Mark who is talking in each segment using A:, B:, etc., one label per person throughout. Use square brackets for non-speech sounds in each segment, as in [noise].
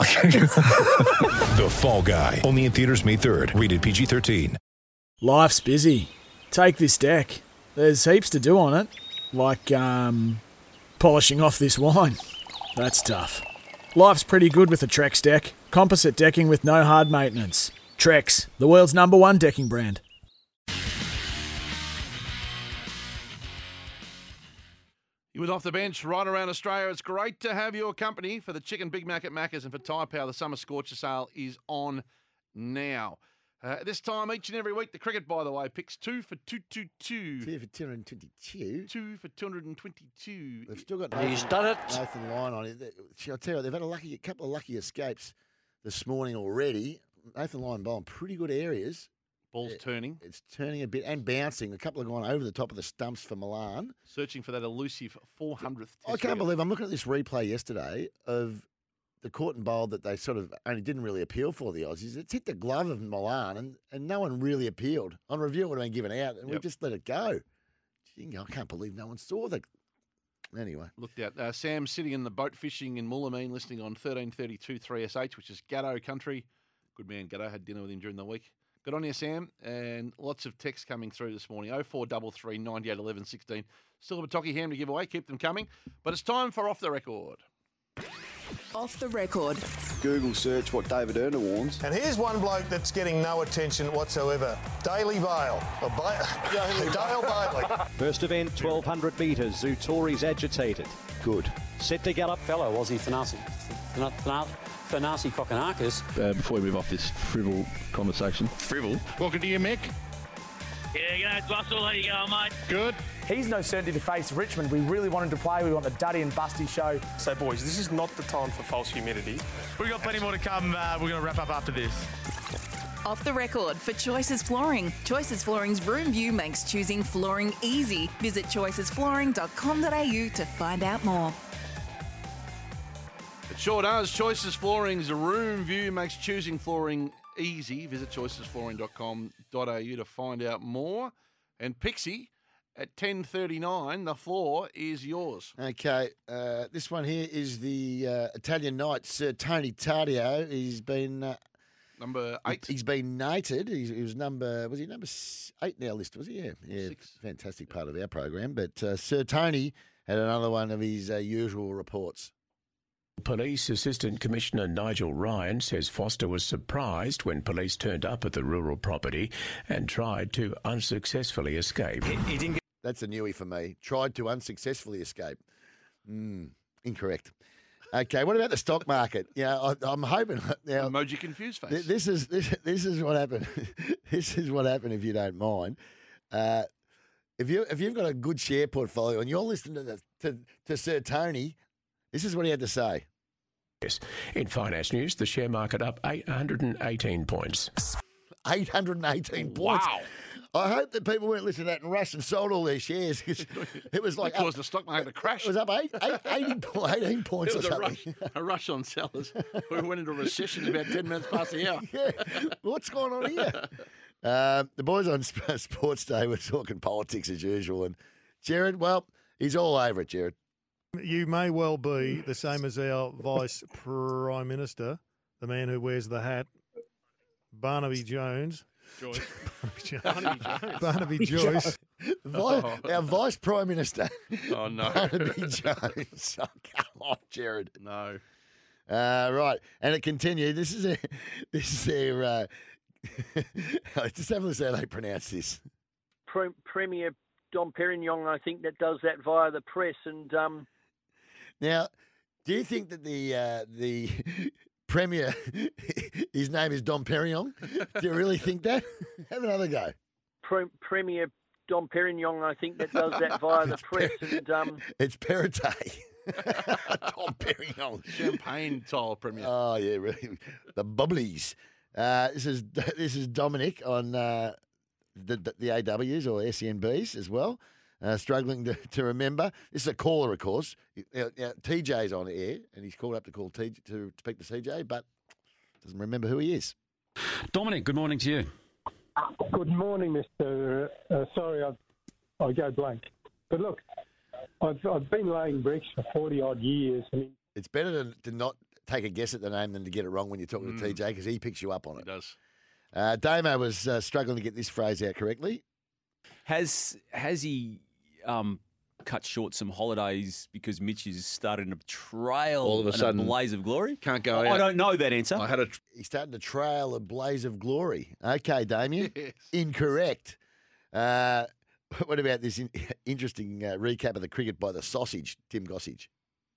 A: The Fall Guy. Only in theaters May 3rd. Rated PG-13.
B: Life's busy. Take this deck. There's heaps to do on it, like um, polishing off this wine. That's tough. Life's pretty good with a Trex deck. Composite decking with no hard maintenance. Trex, the world's number one decking brand.
C: He was off the bench right around Australia. It's great to have your company for the Chicken Big Mac at Macca's and for Tyre Power. The Summer Scorcher Sale is on now. Uh, this time each and every week, the cricket, by the way, picks two for 222.
D: Two for 222.
C: Two for 222.
D: They've still got
E: He's done it.
D: Nathan Lyon on it. They- I'll tell you, what, they've had a lucky a couple of lucky escapes this morning already. Nathan Lyon bowling pretty good areas.
C: Ball's turning,
D: It's turning a bit and bouncing. A couple have gone over the top of the stumps for Milan.
C: searching for that elusive 400th.
D: I
C: test
D: can't
C: wicket.
D: believe I'm looking at this replay yesterday of the court and bowl that they sort of only didn't really appeal for the Aussies. It's hit the glove of Milan and, and no one really appealed. On review, it would have been given out and we
C: Yep.
D: just let it go. Jingo, I can't believe no one saw that. Anyway,
C: Looked out. Uh, Sam sitting in the boat fishing in Moolameen, listening on 1332 3SH, which is Gatto country. Good man, Gatto. Had dinner with him during the week. Good on you, Sam. And lots of texts coming through this morning 0433 98 11 16. Still a Bataki ham to give away. Keep them coming. But it's time for Off the Record.
F: Off the record.
G: Google search what David Erner warns.
H: And here's one bloke that's getting no attention whatsoever. Daily Bale. Or Ba- Dale Bailey.
G: First event, 1200 metres. Zutori's agitated. Good. Set to get up, fellow. Aussie Thanasi. Thanasi Kokonakis.
E: Uh, before we move off this frivol conversation, frivol. Welcome to you, Mick.
I: Yeah, it's Russell. How you going, mate?
E: Good.
B: He's no certainty to face Richmond. We really wanted to play. We want the Duddy and Busty show.
H: So, boys, this is not the time for false humidity. We've got plenty more to come. Uh, we're going to wrap up after this.
F: Off the record for Choices Flooring. Choices Flooring's room view makes choosing flooring easy. Visit choicesflooring.com.au to find out more.
C: It sure does. Choices Flooring's room view makes choosing flooring easy. Visit choicesflooring.com.au to find out more. And Pixie, at 10.39, the floor is yours.
D: Okay, uh, this one here is the uh, Italian knight Sir Tony Tardio. He's been uh,
C: Number eight.
D: he's been knighted. He's, he was number was he number s- eight in our list? Was he? Yeah, yeah.
C: Six.
D: Fantastic part of our program. But uh, Sir Tony had another one of his uh, usual reports.
E: Police Assistant Commissioner Nigel Ryan says Foster was surprised when police turned up at the rural property and tried to unsuccessfully escape.
D: That's a newie for me. Tried to unsuccessfully escape. Mm, incorrect. Okay, what about the stock market? Yeah, I, I'm hoping [laughs] now.
C: Emoji confused face.
D: Th- This is this, this is what happened. [laughs] this is what happened. If you don't mind, uh, if you if you've got a good share portfolio and you're listening to the, to, to Sir Tony, this is what he had to say.
E: In finance news, the share market up 818 points.
D: 818 points.
C: Wow.
D: I hope that people weren't listening to that and rushed and sold all their shares. 'cause
C: [laughs]
D: It was like
C: That caused the stock market to crash.
D: It was up eight, eight, 80, po-
C: [laughs]
D: 18 points
C: There was
D: or
C: a
D: something. [laughs]
C: rush, a rush on sellers. we went into recession about 10 minutes past the hour.
D: [laughs] yeah. What's going on here? Uh, the boys on Sp- [laughs] Sports Day were talking politics as usual, and Jared, well, he's all over it, Jared.
H: You may well be the same as our Vice Prime Minister, the man who wears the hat, Barnaby Jones. Joyce. [laughs]
D: [laughs]
H: Barnaby Joyce.
D: Vi- Our Vice Prime Minister,
C: [laughs]
D: [laughs]
C: Oh, no. [laughs]
D: Barnaby Jones. [laughs] Oh, come on, Jared.
C: No.
D: Uh, right, and it continued. This is a, [laughs] this is their. Uh, [laughs] just have a listen how they pronounce this.
I: Premier Dom Perignon, I think, that does that via the press. And um,
D: Now, do you think that the uh, the [laughs] premier, [laughs] his name is Dom Perignon? Do you really think that? [laughs] Have another go.
I: Premier Dom Perignon, I think, that does that
D: [laughs]
E: [laughs]
I: via the press. And um,
D: It's Perrottet. [laughs] Dom Perignon.
C: Champagne tile premier.
D: [laughs] Uh, Oh yeah, really. The bubblies. Uh, this is [laughs] this is Dominic on uh, the, the the AWs or SENBs as well. Uh, struggling to, [laughs] to remember. This is a caller, of course. Now, now, TJ's on air, and he's called up to call TJ, to speak to CJ, but doesn't remember who he is.
G: Dominic, good morning to you.
J: Good morning, Mr. Uh, sorry, I, I go blank. But look, I've, I've been laying bricks for 40 odd years. I mean,
D: It's better to, to not take a guess at the name than to get it wrong when you're talking to
C: Mm.
D: TJ because he picks you up on it.
C: It does.
D: Uh, Damo was uh, struggling to get this phrase out correctly.
K: Has has he um, cut short some holidays because Mitch is starting to trail
C: All of a
K: and
C: sudden,
K: blaze of glory?
C: Can't go
K: I
C: out.
K: don't know that answer.
C: I had a
D: He's starting to trail a blaze of glory. Okay, Damien. Incorrect. Uh, [laughs] what about this in- [laughs] interesting uh, recap of the cricket by the sausage, Tim Gossage?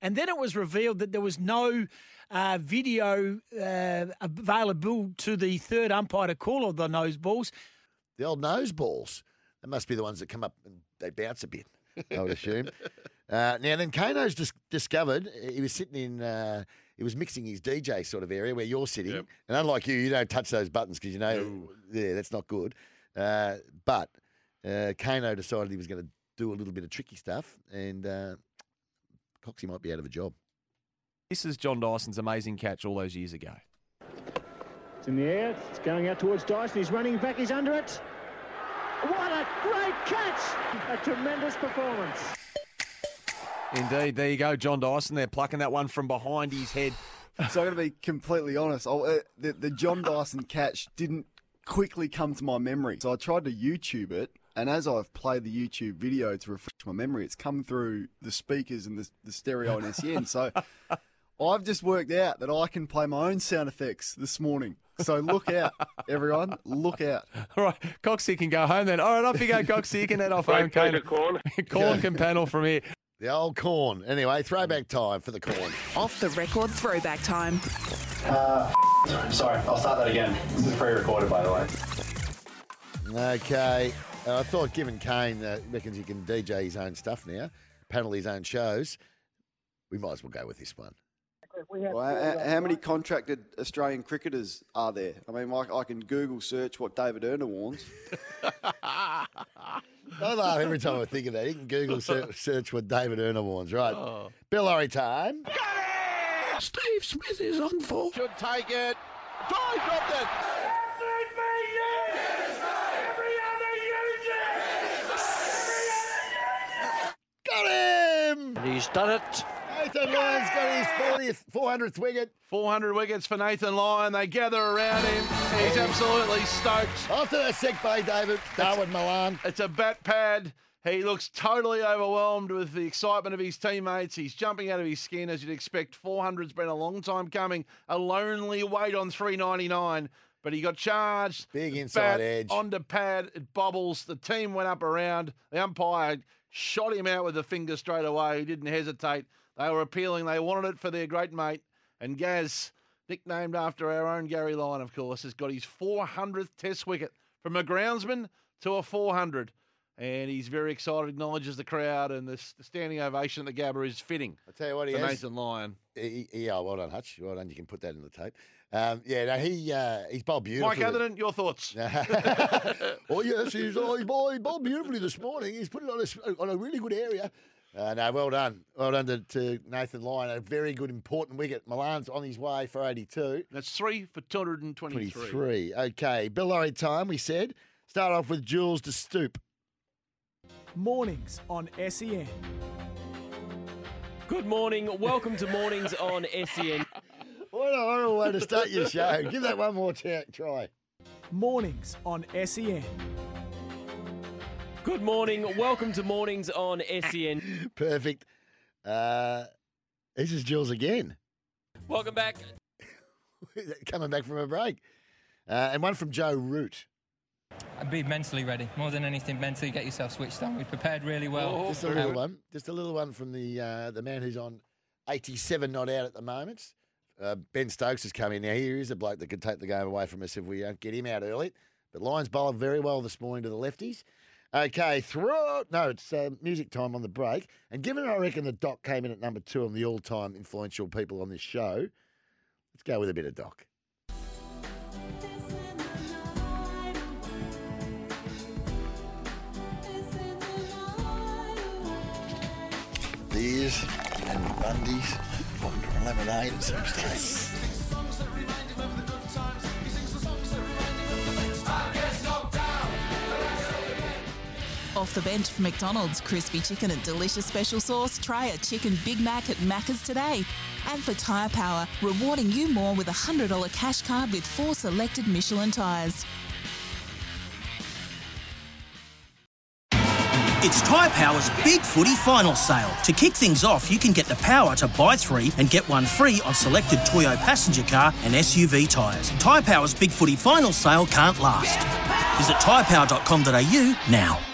L: And then it was revealed that there was no uh, video uh, available to the third umpire to call of the nose balls.
D: The old nose balls. They must be the ones that come up and they bounce a bit, I would assume. Uh, now, then Kano's dis- discovered he was sitting in, uh, he was mixing his DJ sort of area where you're sitting. And unlike you, you don't touch those buttons because you know, yeah, that's not good. Uh, but uh, Kano decided he was going to do a little bit of tricky stuff and uh, Coxie might be out of a job.
M: This is John Dyson's amazing catch all those years ago.
N: It's in the air. It's going out towards Dyson. He's running back. He's under it. What a great catch! A tremendous performance.
M: Indeed, there you go, John Dyson there plucking that one from behind his head.
O: So I'm going to be completely honest. I, uh, the, the John Dyson catch didn't quickly come to my memory. So I tried to YouTube it, and as I've played the YouTube video to refresh my memory, it's come through the speakers and the, the stereo and SEN. So I've just worked out that I can play my own sound effects this morning. So look out, everyone. Look out.
M: All right, Coxie can go home then. All right, off you go, Coxie. You can head off home. Kane.
D: corn.
M: Corn can panel from here.
D: The old corn. Anyway, throwback time for the corn.
F: Off the record throwback time.
O: Uh, sorry, I'll start that again. This is pre-recorded, by the way.
D: Okay. Uh, I thought given Kane uh, reckons he can DJ his own stuff now, panel his own shows, we might as well go with this one.
O: Well, h- h- how many contracted Australian cricketers are there? I mean, I, I can Google search what David Erner
D: [laughs]
O: warns.
D: I laugh every time I think of that. You can
O: [laughs]
D: Google search, search what David Erner warns, right?
O: Oh.
D: Bill Lorry time.
P: Steve Smith is on for. Should take it. Drive Robden.
D: Got him!
C: He's done it.
D: Nathan Lyon's got his 40th, 400th wicket.
C: 400 wickets for Nathan Lyon. They gather around him. He's absolutely stoked.
D: After that sick bay, David, Darwin Milan.
C: It's a bat pad. He looks totally overwhelmed with the excitement of his teammates. He's jumping out of his skin, as you'd expect. 400's been a long time coming. A lonely wait on 399, but he got charged.
D: Big
C: bat
D: inside edge.
C: Onto pad, it bobbles. The team went up around. The umpire shot him out with the finger straight away. He didn't hesitate. They were appealing. They wanted it for their great mate. And Gaz, nicknamed after our own Gary Lyon, of course, has got his 400th Test wicket from a groundsman to a 400. And he's very excited, acknowledges the crowd, and the, s- the standing ovation at the Gabba is fitting. I
D: tell you what, he
C: for
D: has-
C: Nathan Lyon.
D: He- he- Yeah, well done, Hutch. Well done. You can put that in the tape. Um, yeah, no, he uh, he's bowled beautifully.
C: Mike Atherton, [laughs] your thoughts?
D: [laughs] oh yes, he's oh, he's bowled, he bowled beautifully this morning. He's put it on a, s- on a really good area. Uh, no, well done, well done to, to Nathan Lyon. A very good, important wicket. Milan's on his way for eighty-two.
C: That's three for 223.
D: Twenty-three. Okay, Bill Lorry time. We said start off with Jules to stoop.
B: Mornings on E SEN.
Q: Good morning. Welcome to Mornings on E SEN.
D: What a horrible way to start your show. Give that one more t- try.
B: Mornings on E SEN.
Q: Good morning. Welcome to Mornings on E SEN.
D: [laughs] Perfect. Uh, this is Jules again.
Q: Welcome back.
D: [laughs] coming back from a break. Uh, and one from Joe Root.
R: Be mentally ready. More than anything, mentally get yourself switched on. We've prepared really well.
D: just a little one. Just a little one from the uh, the man who's on 87 not out at the moment. Uh, ben Stokes has come in now. Here is a bloke that could take the game away from us if we don't get him out early. But Lions bowled very well this morning to the lefties. Okay, throw. No, it's uh, music time on the break. And given I reckon the Doc came in at number two on the all time influential people on this show, let's go with a bit of Doc.
C: beers and Bundy's and lemonade at some stage.
F: Off the bench for McDonald's, crispy chicken and delicious special sauce. Try a chicken Big Mac at Macca's today. And for Tyre Power, rewarding you more with a $100 cash card with four selected Michelin tyres.
B: It's Tyre Power's Big Footy Final Sale. To kick things off, you can get the power to buy three and get one free on selected Toyo passenger car and SUV tyres. Tyre Power's Big Footy Final Sale can't last. Visit tyrepower.com.au now.